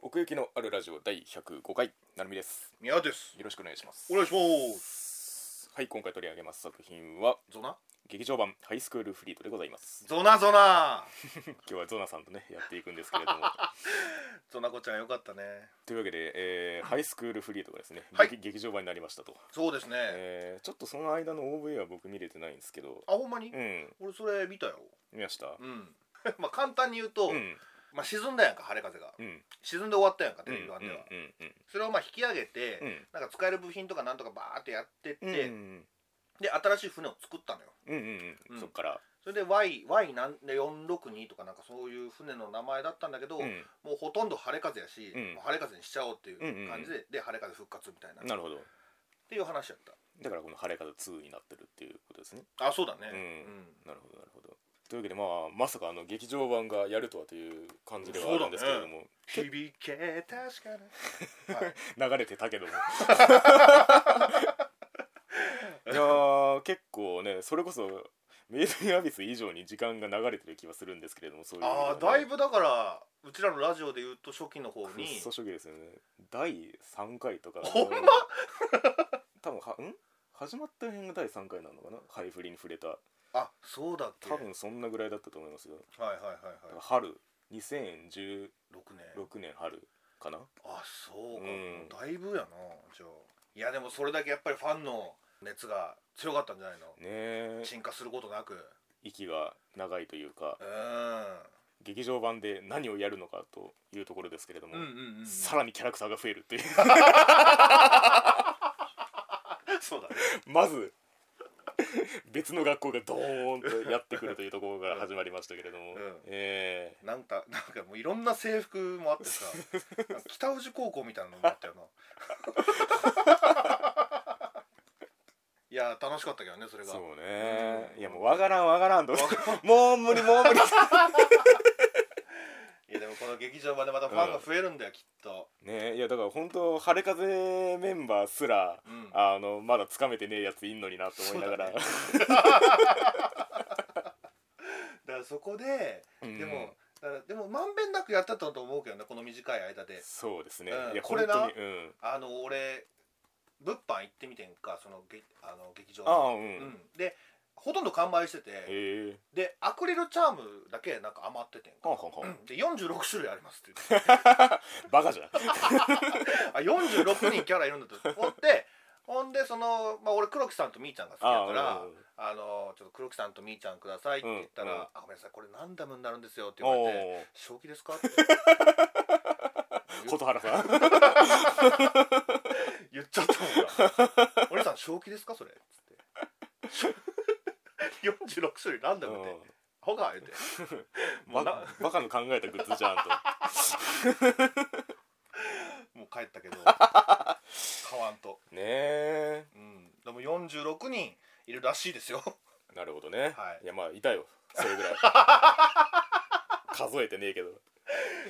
奥行きのあるラジオ第105回なるみです宮ですよろしくお願いしますお願いしますはい今回取り上げます作品はゾナ劇場版ハイスクールフリートでございますゾナゾナ今日はゾナさんとねやっていくんですけれ どもゾナ子ちゃんよかったねというわけで、えーハイスクールフリートがですね、はい劇劇場版になりましたと、そうですね、えーちょっとその間の OV は僕見れてないんですけどあほんまに、うん俺それ見たよ見ましたうん まあ簡単に言うと、うんまあ沈んだやんか晴れ風がうん沈んで終わったやんかうテんレビ版では、うんうんそれをまあ引き上げて、うんなんか使える部品とかなんとかバーってやってって、うんうんで新しい船を作ったのようんうんううんんそっからそれで Y, y なんで462とかなんかそういう船の名前だったんだけど、うんもうほとんど晴れ風やし、うんもう晴れ風にしちゃおうっていう感じで、うで晴れ風復活みたいななっるほどていう話やっただからこの晴れ方2になってるっていうことですねあそうだねうんなるほどなるほどというわけでまあまさかあの劇場版がやるとはという感じではあるんですけれども、響け確かに、はい、流れてたけどもいやー結構ねそれこそメイドインアビス以上に時間が流れてる気はするんですけれどもそういう意味ではあねあだいぶだからうちらのラジオで言うと初期の方くっにそ初期ですよね第3回とかほんま多分はん始まった辺が第3回なのかなハイフリに触れたあそうだっけ多分そんなぐらいだったと思いますよはいはいはいだからは春2016い6年年春かなあそうか、うんだいぶやなじゃあいやでもそれだけやっぱりファンの熱が強かったんじゃないのねえ進化することなくう息が長いというかー劇場版で何をやるのかというところですけれども、んうんうんうんうんさらにキャラクターが増えるっていう そうだねまず別の学校がドーンとやってくるというところから始まりましたけれども、うんえなんかなんかもういろんな制服もあってさなんか北宇治高校みたいなのもあった よないや楽しかったけどねそれーがそうわねうんいやもうわからんわからんとかんもう無理もう無理 いやでもこの劇場までまたファンが増えるんだよ、きっと、ねいやだから本当晴れ風メンバーすらうん、あのまだつかめてねえやついんのになと思いながら、そうだからそこで、うんでもだからでもまんべんなくやってたと思うけどねこの短い間でそうですね、うんいやこれな本当にうんあの俺物販行ってみてんかそのげあの劇場ああのうん、うん、でほとんど完売しててへえでアクリルチャームだけなんか余っててんはんか、はんはんうん、 で46種類ありますって言って バカじゃんあ46人キャラいるんだと 思ってほんでその、まあ、俺黒木さんとみーちゃんが好きだから「あのちょっと黒木さんとみーちゃんください」って言ったら「うんうんあごめんなさいこれランダムになるんですよ」ってお言わおれて「正気ですか?」ってー琴原さん言っちゃったもんな「俺さん正気ですかそれ」っつ って46種類ランダムで「ほが」言うてバもうなカ バカの考えたグッズじゃんともう帰ったけど買わんと、 ねえうん、でも46人いるらしいですよなるほどね、はいいやまあいたよそれぐ らい数えてねえけど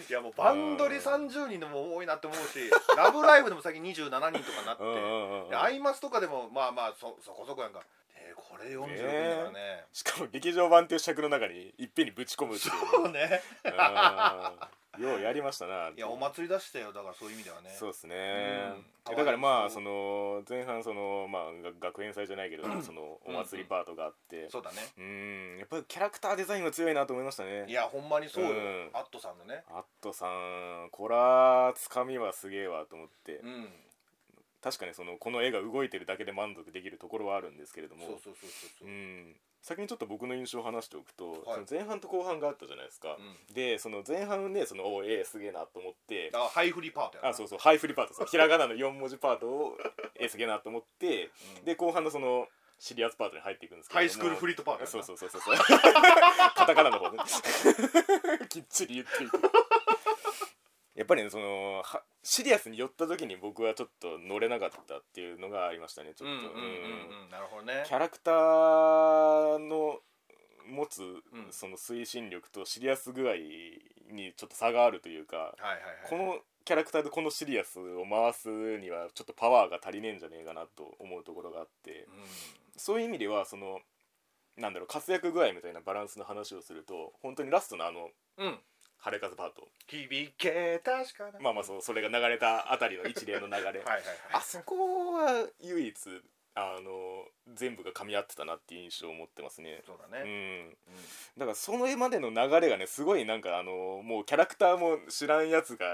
いやもうバンドリ30人でも多いなって思う し「ラブライブ!」でも先27人とかになって、うんうんうんうんでアイマスとかでもまあまあそそこそこやんかえーこれ46人だからねしかも劇場版っていう尺の中にいっぺんにぶち込む っていそうねううんようやりましたないやお祭り出したよだからそういう意味ではねそうですね、うんだからまあそそうの前半そのまあが学園祭じゃないけど、そのお祭りパートがあって、そうだねうんやっぱりキャラクターデザインは強いなと思いましたねいやほんまにそうよ、うんアットさんのねアットさんこらつかみはすげえわと思ってうん確かにそのこの絵が動いてるだけで満足できるところはあるんですけれどもそうそうそうそうそう、ん、先にちょっと僕の印象を話しておくと、はいその前半と後半があったじゃないですか、うでその前半でそのおええすげえなと思ってあハイフリーパートやなあそうそうハイフリパートそうひらがなの4文字パートをええすげえなと思ってうんで後半のそのシリアスパートに入っていくんですけどハイスクールフリリートパートやなそうそうそう そうそうカタカナの方ね きっちり言っていくやっぱりねそのはシリアスに寄った時に僕はちょっと乗れなかったっていうのがありましたねちょうっんと、うんうんうんうんなるほどねキャラクターの持つ、んその推進力とシリアス具合にちょっと差があるというか、はいはいはいこのキャラクターでこのシリアスを回すにはちょっとパワーが足りねえんじゃねえかなと思うところがあって、うそういう意味ではそのなんだろう活躍具合みたいなバランスの話をすると本当にラストのあのん、うん、晴れ風パート響け確かなまあまあそうそれが流れたあたりの一連の流 れはいはいはあそこは唯一あの全部が噛み合ってたなっていう印象を持ってますねいそうだうね、んうんだからその絵までの流れがねすごいなんかあのもうキャラクターも知らんやつが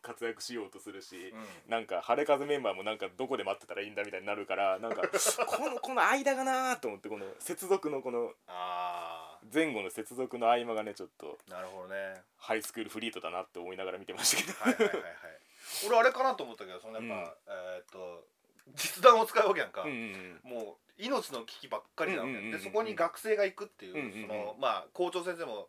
活躍しようとするし、なんか晴れ風メンバーもなんかどこで待ってたらいいんだみたいになるからなんかこのこの間がなーと思ってこの接続のこのあ前後の接続の合間がねちょっとあなるほどねハイスクールフリートだなって思いながら見てましたけどはいはいは いはい俺あれかなと思ったけどそのやっぱ、えーっと実弾を使うわけやん か、うんうんもう命の危機ばっかりなわけやうんうんうんんうでんそこに学生が行くっていう、うんうんうんそのまあ校長先生も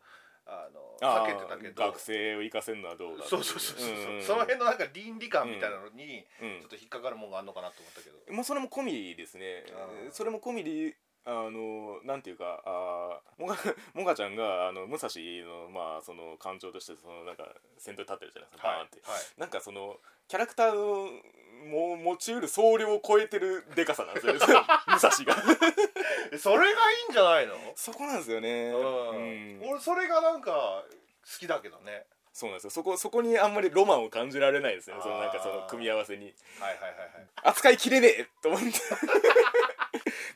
あのあ避けーてたけど学生を生かせるのはどうだそうそうそうそう、んんんその辺のなんか倫理観みたいなのにうんちょっと引っかかるもんがあるのかなと思ったけど、まあ、それも込みですねあーそれも込みであのなんていうかあーもが もがちゃんがあの武蔵の,、まあその感情としてそのなんか先頭に立ってるじゃないですか、はいバーンってはいなんかそのキャラクターのも持ちうる総量を超えてるでかさなんですよ ね 武蔵がえそれがいいんじゃないの、そこなんですよねうんうん俺それがなんか好きだけどねそうなんですよそこそこにあんまりロマンを感じられないですよねそのなんかそあのー組み合わせにはいはいはいはい扱いきれねえと思って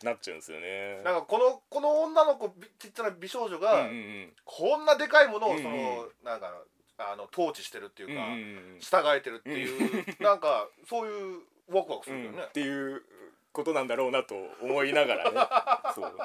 なっちゃうんですよねなんかこのこの女の子びちっちゃな美少女うんが、うんうんこんなでかいものをうんうんその、なんかあの統治してるっていうか、うんうんうん従えてるっていう、なんかそういうワクワクするようんねっ、ていうことなんだろうなと思いながらね そう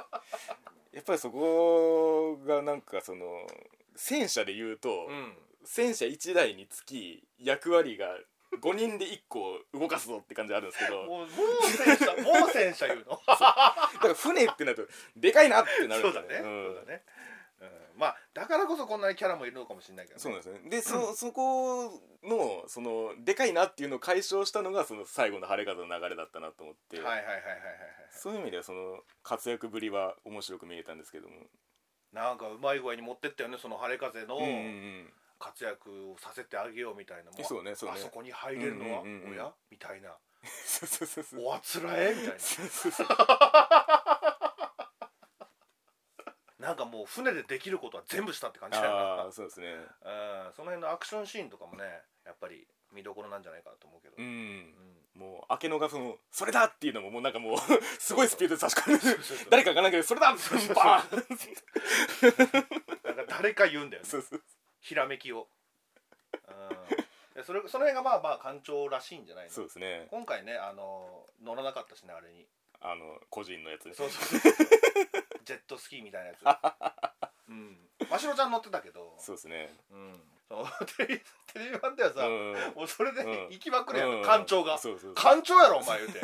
やっぱりそこがなんかその戦車で言うと、うん戦車1台につき役割が5人で1個動かすぞって感じあるんですけどもうもう戦 車もう戦車言うのだから船ってなるとでかいなってなるそんうでだすね、ようんそうだね、うん、まあだからこそこんなにキャラもいるのかもしれないけど、ね、そうなんですねでそそこのそのでかいなっていうのを解消したのがその最後の晴れ方の流れだったなと思って、はいはいはいはいはいはいそういう意味ではその活躍ぶりは面白く見えたんですけども、なんかうまい具合に持ってったよねその晴れ風のうんうんうん活躍をさせてあげようみたいなもそうねそうねあそこに入れるのはうんうんうんうん親みたいな そうそうそうそうおあつらえみたいななんかもう船でできることは全部したって感じだよあなあそうですねうんその辺のアクションシーンとかもねやっぱり見どころなんじゃないかなと思うけど、ううんんもう明けのがそのそれだっていうのももうなんかもうすごいスピードで差し込んでるそうそう誰かがなんかそれだってそうそうバーンなんか誰か言うんだよねそうそうひらめきを、うん、でそれその辺がまあまあ艦長らしいんじゃないのそうですね今回ねあの乗らなかったしねあれにあの個人のやつねそうそうそうそうジェットスキーみたいなやつうん真城ちゃん乗ってたけどそうですねうんそうテレビテレビ版ではさ、うんもうそれでうん行きまくるやん、うん艦長がそうそうそう艦長やろお前言うて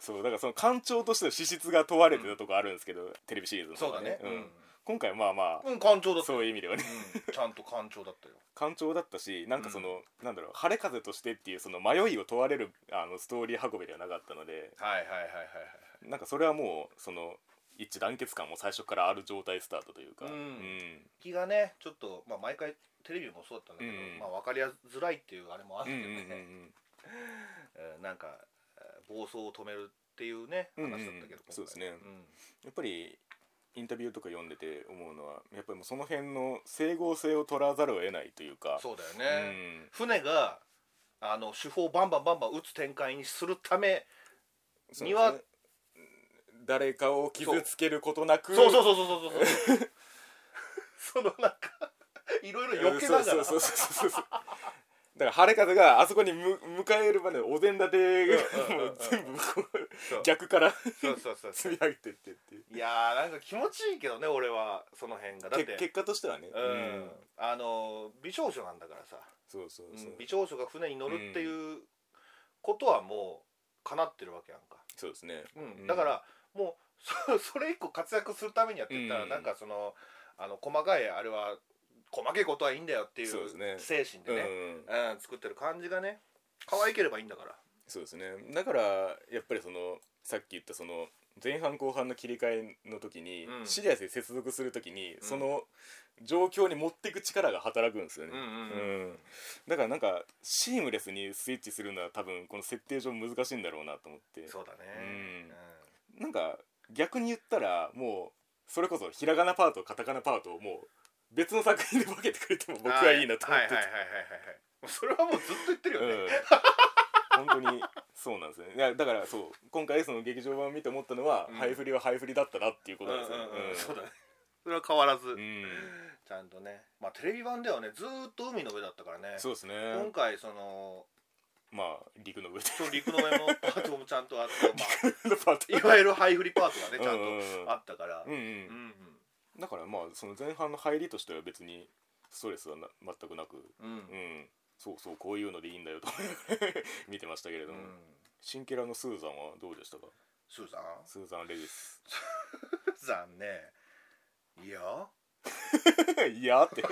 そうだからその官庁としての資質が問われてたとこあるんですけどテレビシリーズのそう方だがねねうん今回まあまうん、うん、艦長だあったそよ、ういう意味ではねうん、ちゃんと艦長だったよ官庁だったしなんかそのなんだろう晴れ風としてっていうその迷いを問われるあのストーリー運びではなかったのではいはいはいはいなんかそれはもうその一致団結感も最初からある状態スタートというか、うんん気がねちょっと、まあ、毎回テレビもそうだったんだけど、うんまあ、分かりやづらいっていうあれもあるうんんだうけんどうんね、 うん うんなんかえー暴走を止めるっていうねうん話うんだったけど、今回そうですねんやっぱりインタビューとか読んでて思うのはやっぱりもうその辺の整合性を取らざるを得ないというかそうだようね、ん船があの手法をバンバンバンバン打つ展開にするためそうですねには誰かを傷つけることなくそうそうそうそうそうそうそのなんかいろいろ余計だからそうそうそうそうそうだから晴れ風があそこにむ迎えるまでお膳立てがうんうんうんうんもう全部こうそう逆から そうそうそう積み上げてってっていういやーなんか気持ちいいけどね俺はその辺がだっけて結果としてはねうん、あの美少女なんだからさ、そうそうそううん美少女が船に乗るっていうことはもうかなってるわけやんか、そうですねうんうんだからもうそ それ以降活躍するためにやってったら、うんなんかそのあの細かいあれは細かいことはいいんだよっていうそうですね精神でうねんうん作ってる感じがね可愛ければいいんだからそうですねだからやっぱりそのさっき言ったその前半後半の切り替えの時に、うんシリアスに接続する時に、うんその状況に持っていく力が働くんですよね、うんうんうんだからなんかシームレスにスイッチするのは多分この設定上難しいんだろうなと思ってそうだねうんなんか逆に言ったらもうそれこそひらがなパートカタカナパートをもう別の作品で分けてくれても僕はいいなと思っててはいはいはいはいはいはいそれはもうずっと言ってるよね、うん、本当にそうなんですねいやだからそう今回その劇場版を見て思ったのは、うんハイフリはハイフリだったなっていうことなんですよ、うんうんうんそうだね それは変わらず、うんちゃんとねまあテレビ版ではねずーっと海の上だったからねそうですね今回そのまあ陸の上でその陸の上のパートもちゃんとあって、 まあ、パートいわゆるハイフリパートがねちゃうんんうんとあったからうんううんんうんだからまあその前半の入りとしては別にストレスはな全くなくうんうんうんそうそうこういうのでいいんだよと 見てましたけれども、新キャラのスーザンはどうでしたかスーザンスーザン・レディ ススーザンねいやいやーって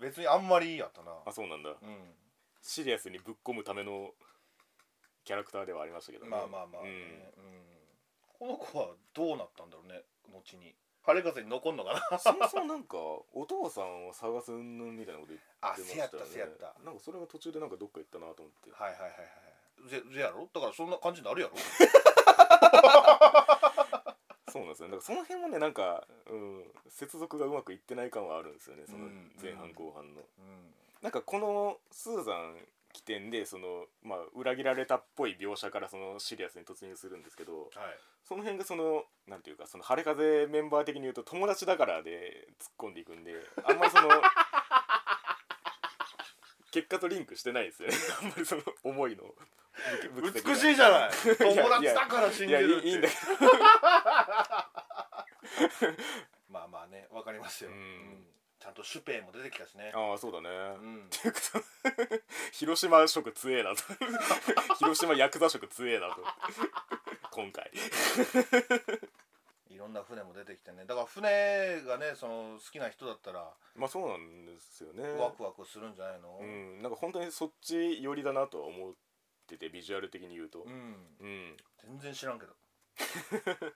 別にあんまりいいやったな あそうなんだうシリアスにぶっ込むためのキャラクターではありましたけどんねまあまあまあうね、んうんこの子はどうなったんだろうね後に晴れ風に残んのか なそもそもなんかお父さんを探す云々みたいなこと言ってあましたせやよったねせやったなんかそれが途中でなんかどっか行ったなと思ってはいはいはいはいぜぜやろだからそんな感じになるやろそうなんですよねだからその辺もねなんか、うん、接続がうまくいってない感はあるんですよねそのうん前半後半の、うんなんかこのスーザン起点でその、まあ、裏切られたっぽい描写からそのシリアスに突入するんですけどはいその辺がそのなんていうかその晴れ風メンバー的に言うと友達だからで突っ込んでいくんであんまりそ の結果とリンクしてないですよねあんまりその思いのぶぶつけが美しいじゃ ないいや友達だから信いじやいるっていいいんだけまあまあねわかりますよ、うんちゃんとシュペイも出てきたしねどああそうだね、うんっていうかその広島色強えなと 広島ヤクザ色強えなと今回いろんな船も出てきてねだから船がねその好きな人だったらまあそうなんですよねワクワクするんじゃないのうんなんか本当にそっち寄りだなとは思っててビジュアル的に言うとうんうん全然知らんけど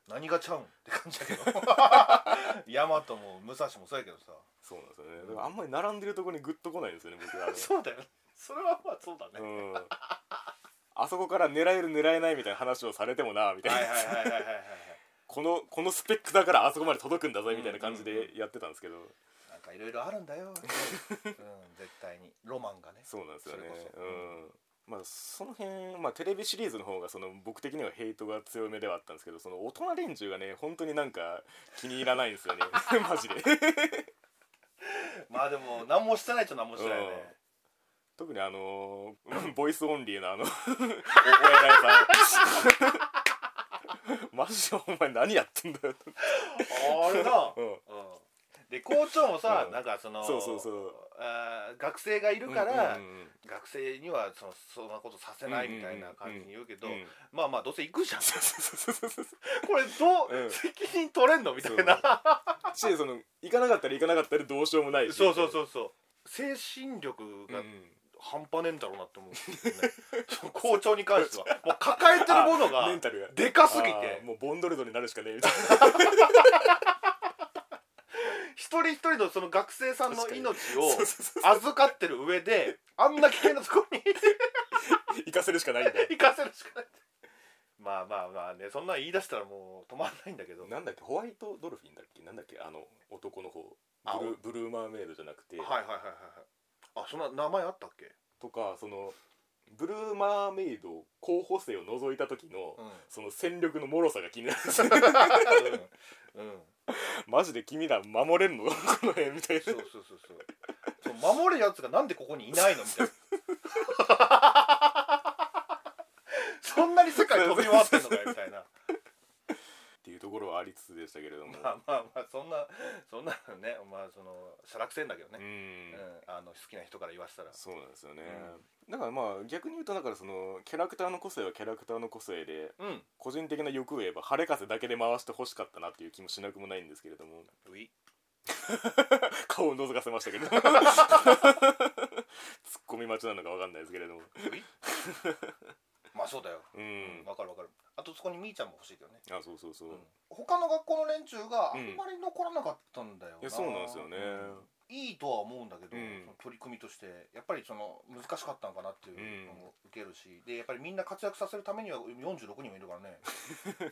何がちゃうんって感じだけ どヤマトも武蔵もそうやけどさそうなんですよねだからあんまり並んでるところにグッと来ないんですよね僕はうだよそれはまあそうだあのうんあそこから狙える狙えないみたいな話をされてもなみたいなはいはいはいはいはいはいこのこのスペックだからあそこまで届くんだぜみたいな感じでやってたんですけど、なんかいろいろあるん だよ、うん、絶対にロマンがねそうなんですよねそれこそうんまあその辺、まあ、テレビシリーズの方がその僕的にはヘイトが強めではあったんですけどその大人連中がね本当になんか気に入らないんですよ ねマジでまあでも何もしてないっちゃ何もしてないよね特にあのーボイスオンリーのあのおお偉いさんマジでお前何やってんだよと、あれなうん、うんで校長もさ、うんなんかそのそうそうそうあー学生がいるから、うんうんうん学生にはそのそんなことさせないみたいな感じに言うけど、うんうんまあまあどうせ行くじゃんそうそうそうそうそうこれどう、うん責任取れんのみたいなしその行かなかったら行かなかったらどうしようもないしそうそうう、そうそう精神力うんうがん半端ねえんだろうな って思う、ね、その校長に関してはもう抱えてるものあメがンタルがでかすぎてあーもうボンドルドになるしかねえみたいな一人一人のその学生さんの確かに命そうをそうそう預かってる上であんな危険なところに行かせるしかないんだよ行かせるしかないまあまあまあねそんなん言い出したらもう止まらないんだけ どなんだっけホワイトドルフィンだっけなんだっけあの男の方あブルーブルーマーメイドじゃなくて、はいはいはいはいはいあそんな名前あったっけ、とかそのブルーマーメイド候補生を除いた時の、うんその戦力の脆さが気になる うん、うん、マジで君ら守れんの この辺みたいなそうそうそうそうそう守るやつがなんでここにいないのみたいな そんなに世界飛び回ってんのかよみたいなっていうところはありつつでしたけれども、まあまあまあそんなそんなのねまあそのしゃらくせんだけどうね、うんん、あの好きな人から言わせたらそうなんですよね、だからまあ逆に言うとだからそのキャラクターの個性はキャラクターの個性でうん個人的な欲を言えば晴れ風だけで回してほしかったなっていう気もしなくもないんですけれどもうい顔を覗かせました けど突っ込み待ちなのかわかんないですけれどもうい まあそうだよううんわ、かるわかるあとそこにみーちゃんも欲しいけどねあそうそうそう、他の学校の連中があうんんまり残らなかったんだよな、いやそうなんですよね、うんいいとは思うんだけど、うんその取り組みとしてやっぱりその難しかったのかなっていうのも受けるし、でやっぱりみんな活躍させるためには46人もいるから ね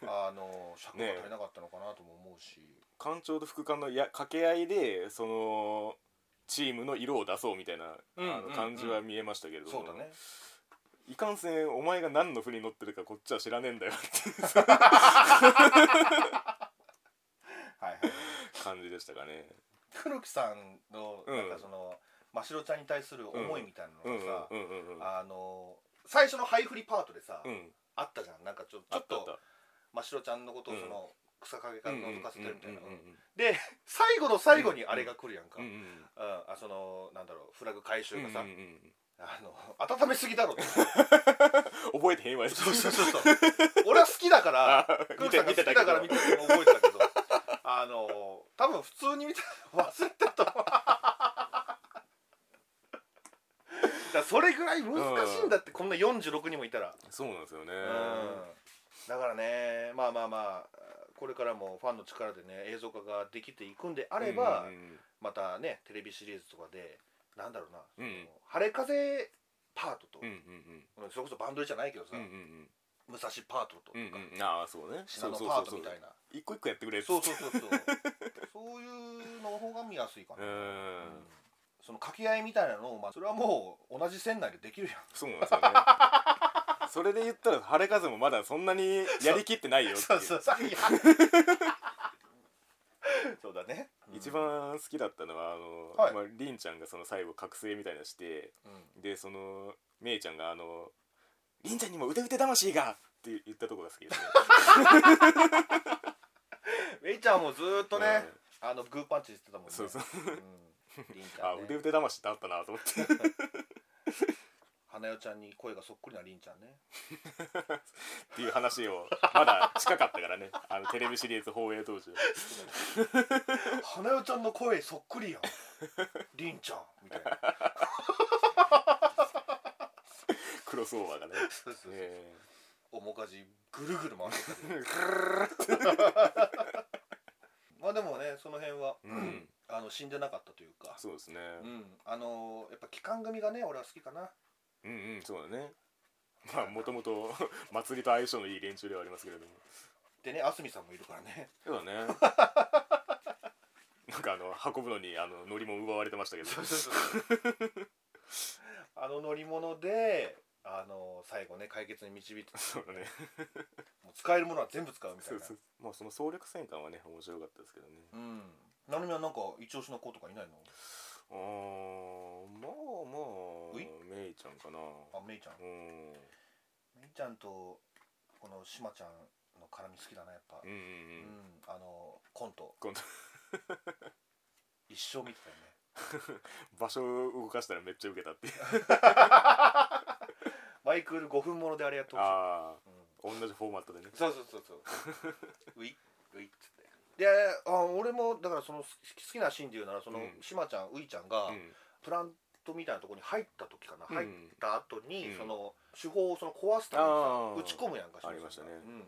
あの尺が足りなかったのかなとも思うし、官庁と副官のや掛け合いでそのチームの色を出そうみたいな、うんあうのんうん感じは見えましたけれども、そうだねいかんせんお前が何の船に乗ってるかこっちは知らねえんだよっていうはいはい感じでしたか ね。黒木さんのうんなんかその、真白ちゃんに対する思いみたいなうんうのんがうんさ、うんうんあの最初のハイフリパートでさ、うんあったじゃんなんかちょちあょっったあっとた真白ちゃんのことをその草陰からうんうんうん覗かせてるみたいな、うんうんで最後の最後にあれが来るやんか、うんうんうんあそのなんだろうフラグ回収うんうがんさ、うんうんあの温めす ぎだろって覚えてへ んわよそうそうそうそう俺は好きだからあ 黒木さんが好きだから見見てるの覚えてたけどあの多分普通に見て忘れてたと思う だからそれぐらい難しいんだって、こんな46人もいたら、そうなんですよねうんだからねまあまあまあこれからもファンの力でね映像化ができていくんであれば、うんまたねテレビシリーズとかでなんだろうな、うんその晴れ風パートと、うんうんうんそれこそバンドリじゃないけどさ、うんうんうん武蔵パートとうんか、うんああそうねシそナうノそうパそーうトそうみたいな一個一個やってくれるそうそうそうそう そういうの方が見やすいかな、ううんんその掛け合いみたいなのを、まあ、それはもう同じ船内でできるやんそうなんです よねそれで言ったら晴れ風もまだそんなにやりきってないよっていううそういやそうだね一、番好きだったのはあの、はいまあ、りんちゃんがその最後覚醒みたいなのしてうんでそのめいちゃんがあの「りんちゃんにもうてうて魂が!」って言ったとこが好きですねウェイちゃんもずーっとね、あのグーパンチしてたもんねそうそううん、リンちゃあん、ね、腕うて魂ってあったなと思って花代ちゃんに声がそっくりなりんちゃんね っていう話をまだ近かったからね あのテレビシリーズ放映当時は花代ちゃんの声そっくりやんりんちゃんみたいなクロスオーバーがねそうそうそうえ面かじぐるぐる回ってたえうん まあでもねその辺は、うんあの死んでなかったというかそうですねうんあのーやっぱ期間組がね俺は好きかなうんうんそうだねまあもともと 祭りと相性のいい連中ではありますけれどもでねあすみさんもいるからねそうだ ねなんかあの運ぶのにあの乗りも奪われてましたけどそうそうそう あの乗り物であのー最後ね解決に導いてそうだねもう使えるものは全部使うみたいそうなそうまあその総力戦艦はね面白かったですけどねうんなるみはなんか一押しの子とかいないのあーまあまういあメイちゃんかなあめいちゃんうんめいちゃんとこのしまちゃんの絡み好きだなやっぱうんうんううんんあのコント今度一生見てたよね場所を動かしたらめっちゃウケたっていうマイクール5分ものであれやってほしい、ああうん、同じフォーマットでねそうそうそう そうウイウイっつってであ俺もだからその好き好きなシーンで言うならそのうんしまちゃんウイちゃんがうんプラントみたいなところに入った時かな、うん入った後にうんその手法をその壊すためにあーさ打ち込むやんかありましたね島ちゃんが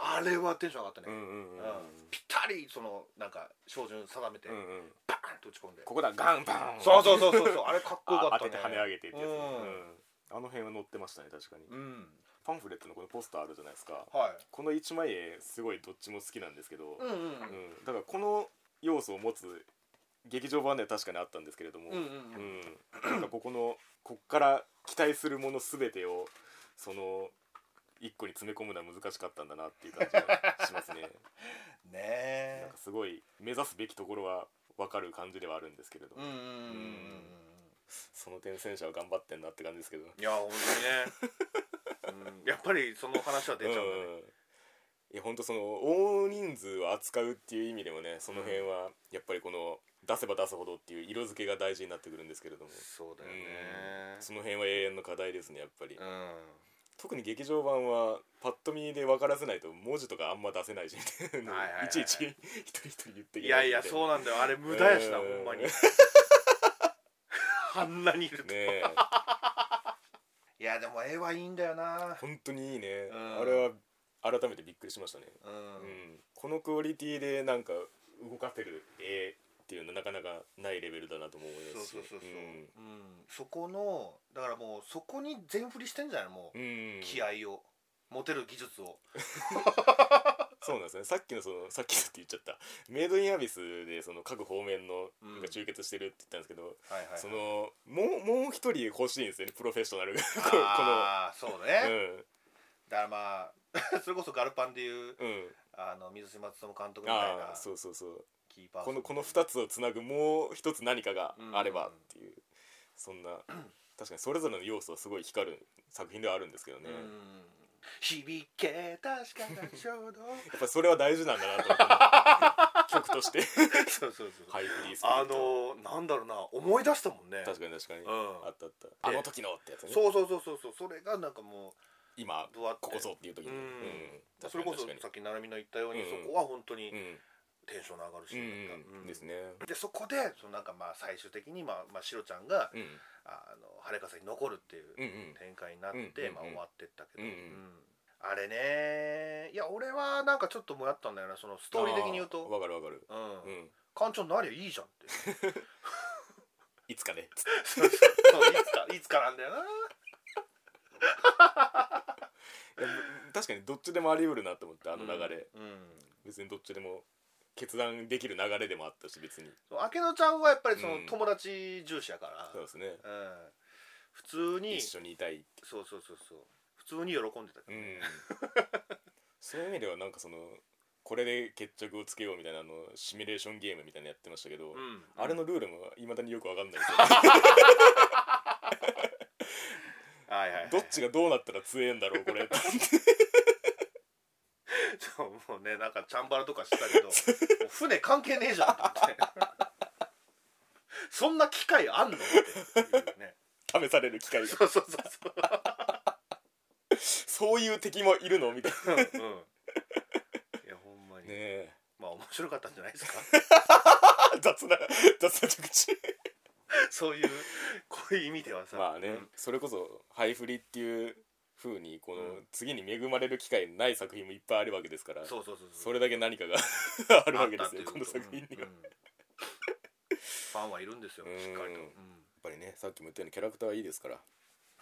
うん、あれはテンション上がったね、うんうんうんうんうんぴったりそのなんか照準定めて、うんうんバーンと打ち込んでここだガンバンそうそうそうそうそうあれかっこよあかった当ねてて跳ね上げてってやつねうんうんあの辺は乗ってましたね確かにうんパンフレットのこのポスターあるじゃないですかはいこの一枚絵すごいどっちも好きなんですけどうんうんうんだからこの要素を持つ劇場版では確かにあったんですけれどもうんうんううんんなんかここのこっから期待するもの全てをその一個に詰め込むのは難しかったんだなっていう感じがしますねねなんえかすごい目指すべきところは分かる感じではあるんですけれどうんうんうんうんうんその点戦車は頑張ってんなって感じですけどいや本当にね、うん、やっぱりその話は出ちゃうんだね、いや本当その大人数を扱うっていう意味でもねその辺はやっぱりこの出せば出すほどっていう色付けが大事になってくるんですけれども、そうだようねんその辺は永遠の課題ですねやっぱり、うん、特に劇場版はパッと見で分からせないと文字とかあんま出せないしみたいなのをはいはいはいいちいち一人一人言っていやいやうそうなんだよあれ無駄やしなうほんんまに あんなにいるとねえいやでも絵はいいんだよな本当にいいね、うんあれは改めてびっくりしましたね、うん、うんこのクオリティでなんか動かせる絵っっていうのはなかなかないレベルだなとも思いそまうすしそうそうそう、ううんん、そこのだからもうそこに全振りしてんじゃないもう、うん、気合を持てる技術をそうなんですねさっきのそのさっきのって言っちゃったメイドインアビスでその各方面のうんが集結してるって言ったんですけど、はいはいはいそのもうもう一人欲しいんですよねプロフェッショナルが こああそうこのね、だからまあ それこそガルパンでいううんうんあの水島努監督みたいあなあそうそうそうキーパーこのこのつ2つをつなぐもう一つ何かがあればっていう、そんな確かにそれぞれの要素はすごい光る作品ではあるんですけどね、や響け確かなちょ うどっぱりそれは大事なんだなと思って曲として そうそうそう、ハイフリースピリ あットのー、なんだろうな思い出したもんね確かに確かに、うんあったあったあの時のってやつねそうそうそうそうそうそれがなんかも今うぶわってここぞっていう時に、うん確かそれにこそ確かにさっき奈良美の言ったように、うんうんそこは本当にうんテンションの上がるし、なんかうんうんですねでそこでそのなんかまあ最終的にまあ、まあ、シロちゃんが、うんあの晴れかさに残るっていううんうん展開になって、うんまあ、うん終わってったけど、うんうんあれねいや俺はなんかちょっともやったんだよなそのストーリー的に言うあとわかるわかる「うんうん艦長なりゃいいじゃん」って いつかねつっそうそうそういつかいつかなんだよなていや確かにどっちでもあり得るなと思ってあの流れ、うん、うん別にどっちでも決断できる流れでもあったし別にそう明野ちゃんはやっぱりそのうん友達重視やから、そうですねうん普通に一緒にいたいってそうそうそうそう普通に喜んでたけうどん そういう意味ではなんかそのこれで決着をつけようみたいなあのシミュレーションゲームみたいなのやってましたけど、うんあれのルールもいまだによくわかんないですよはいはいはいどっちがどうなったら強えんだろうこ れそうもうねなんかチャンバラとかして たけどもう船関係ねえじゃんって思ってそんな機会あんのっていうね試される機会がそうそうそうそうそういう敵もいるのみたいなうん、うん、いやほんまに、ねえ まあ面白かったんじゃないですか雑な雑な着地そういうこういう意味ではさまあね、それこそ「ハイフリ」っていう風にこの次に恵まれる機会のない作品もいっぱいあるわけですからうんそうそうそうそうれだけ何 かがあるわけですよあったことのいうと作品には、うんうんファンはいるんですよしっかりとやっぱりねさっきも言ったようにキャラクターはいいですから、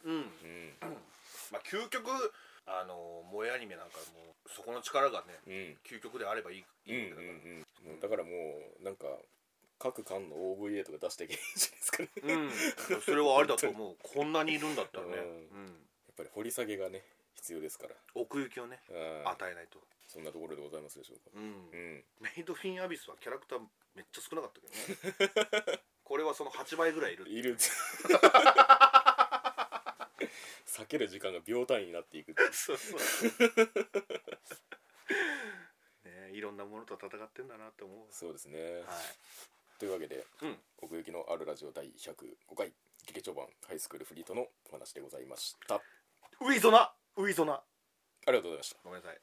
うん、うんうんまあ究極あの萌えアニメなんかもうそこの力がねうん、究極であればいいいいわけだから、うんうん、だからもうなんか各館の OVA とか出していけないんじゃないですかねやうん、それはありだと思うこんなにいるんだったらね、うんっぱり掘り下げがね必要ですからうん、奥行きをねあ与えないと、そんなところでございますでしょうかうんうんメイド・フィン・アビスはキャラクターめっちゃ少なかったけどね これはその8倍ぐらいいる いる避ける時間が秒単位になっていくっていうそう そうねいろんなものと戦ってんだなって思うそうですね、はいというわけで、うん奥行きのあるラジオ第105回劇場版ハイスクールフリートのお話でございましたあウィゾナウィゾナりがとうございましたごめんなさい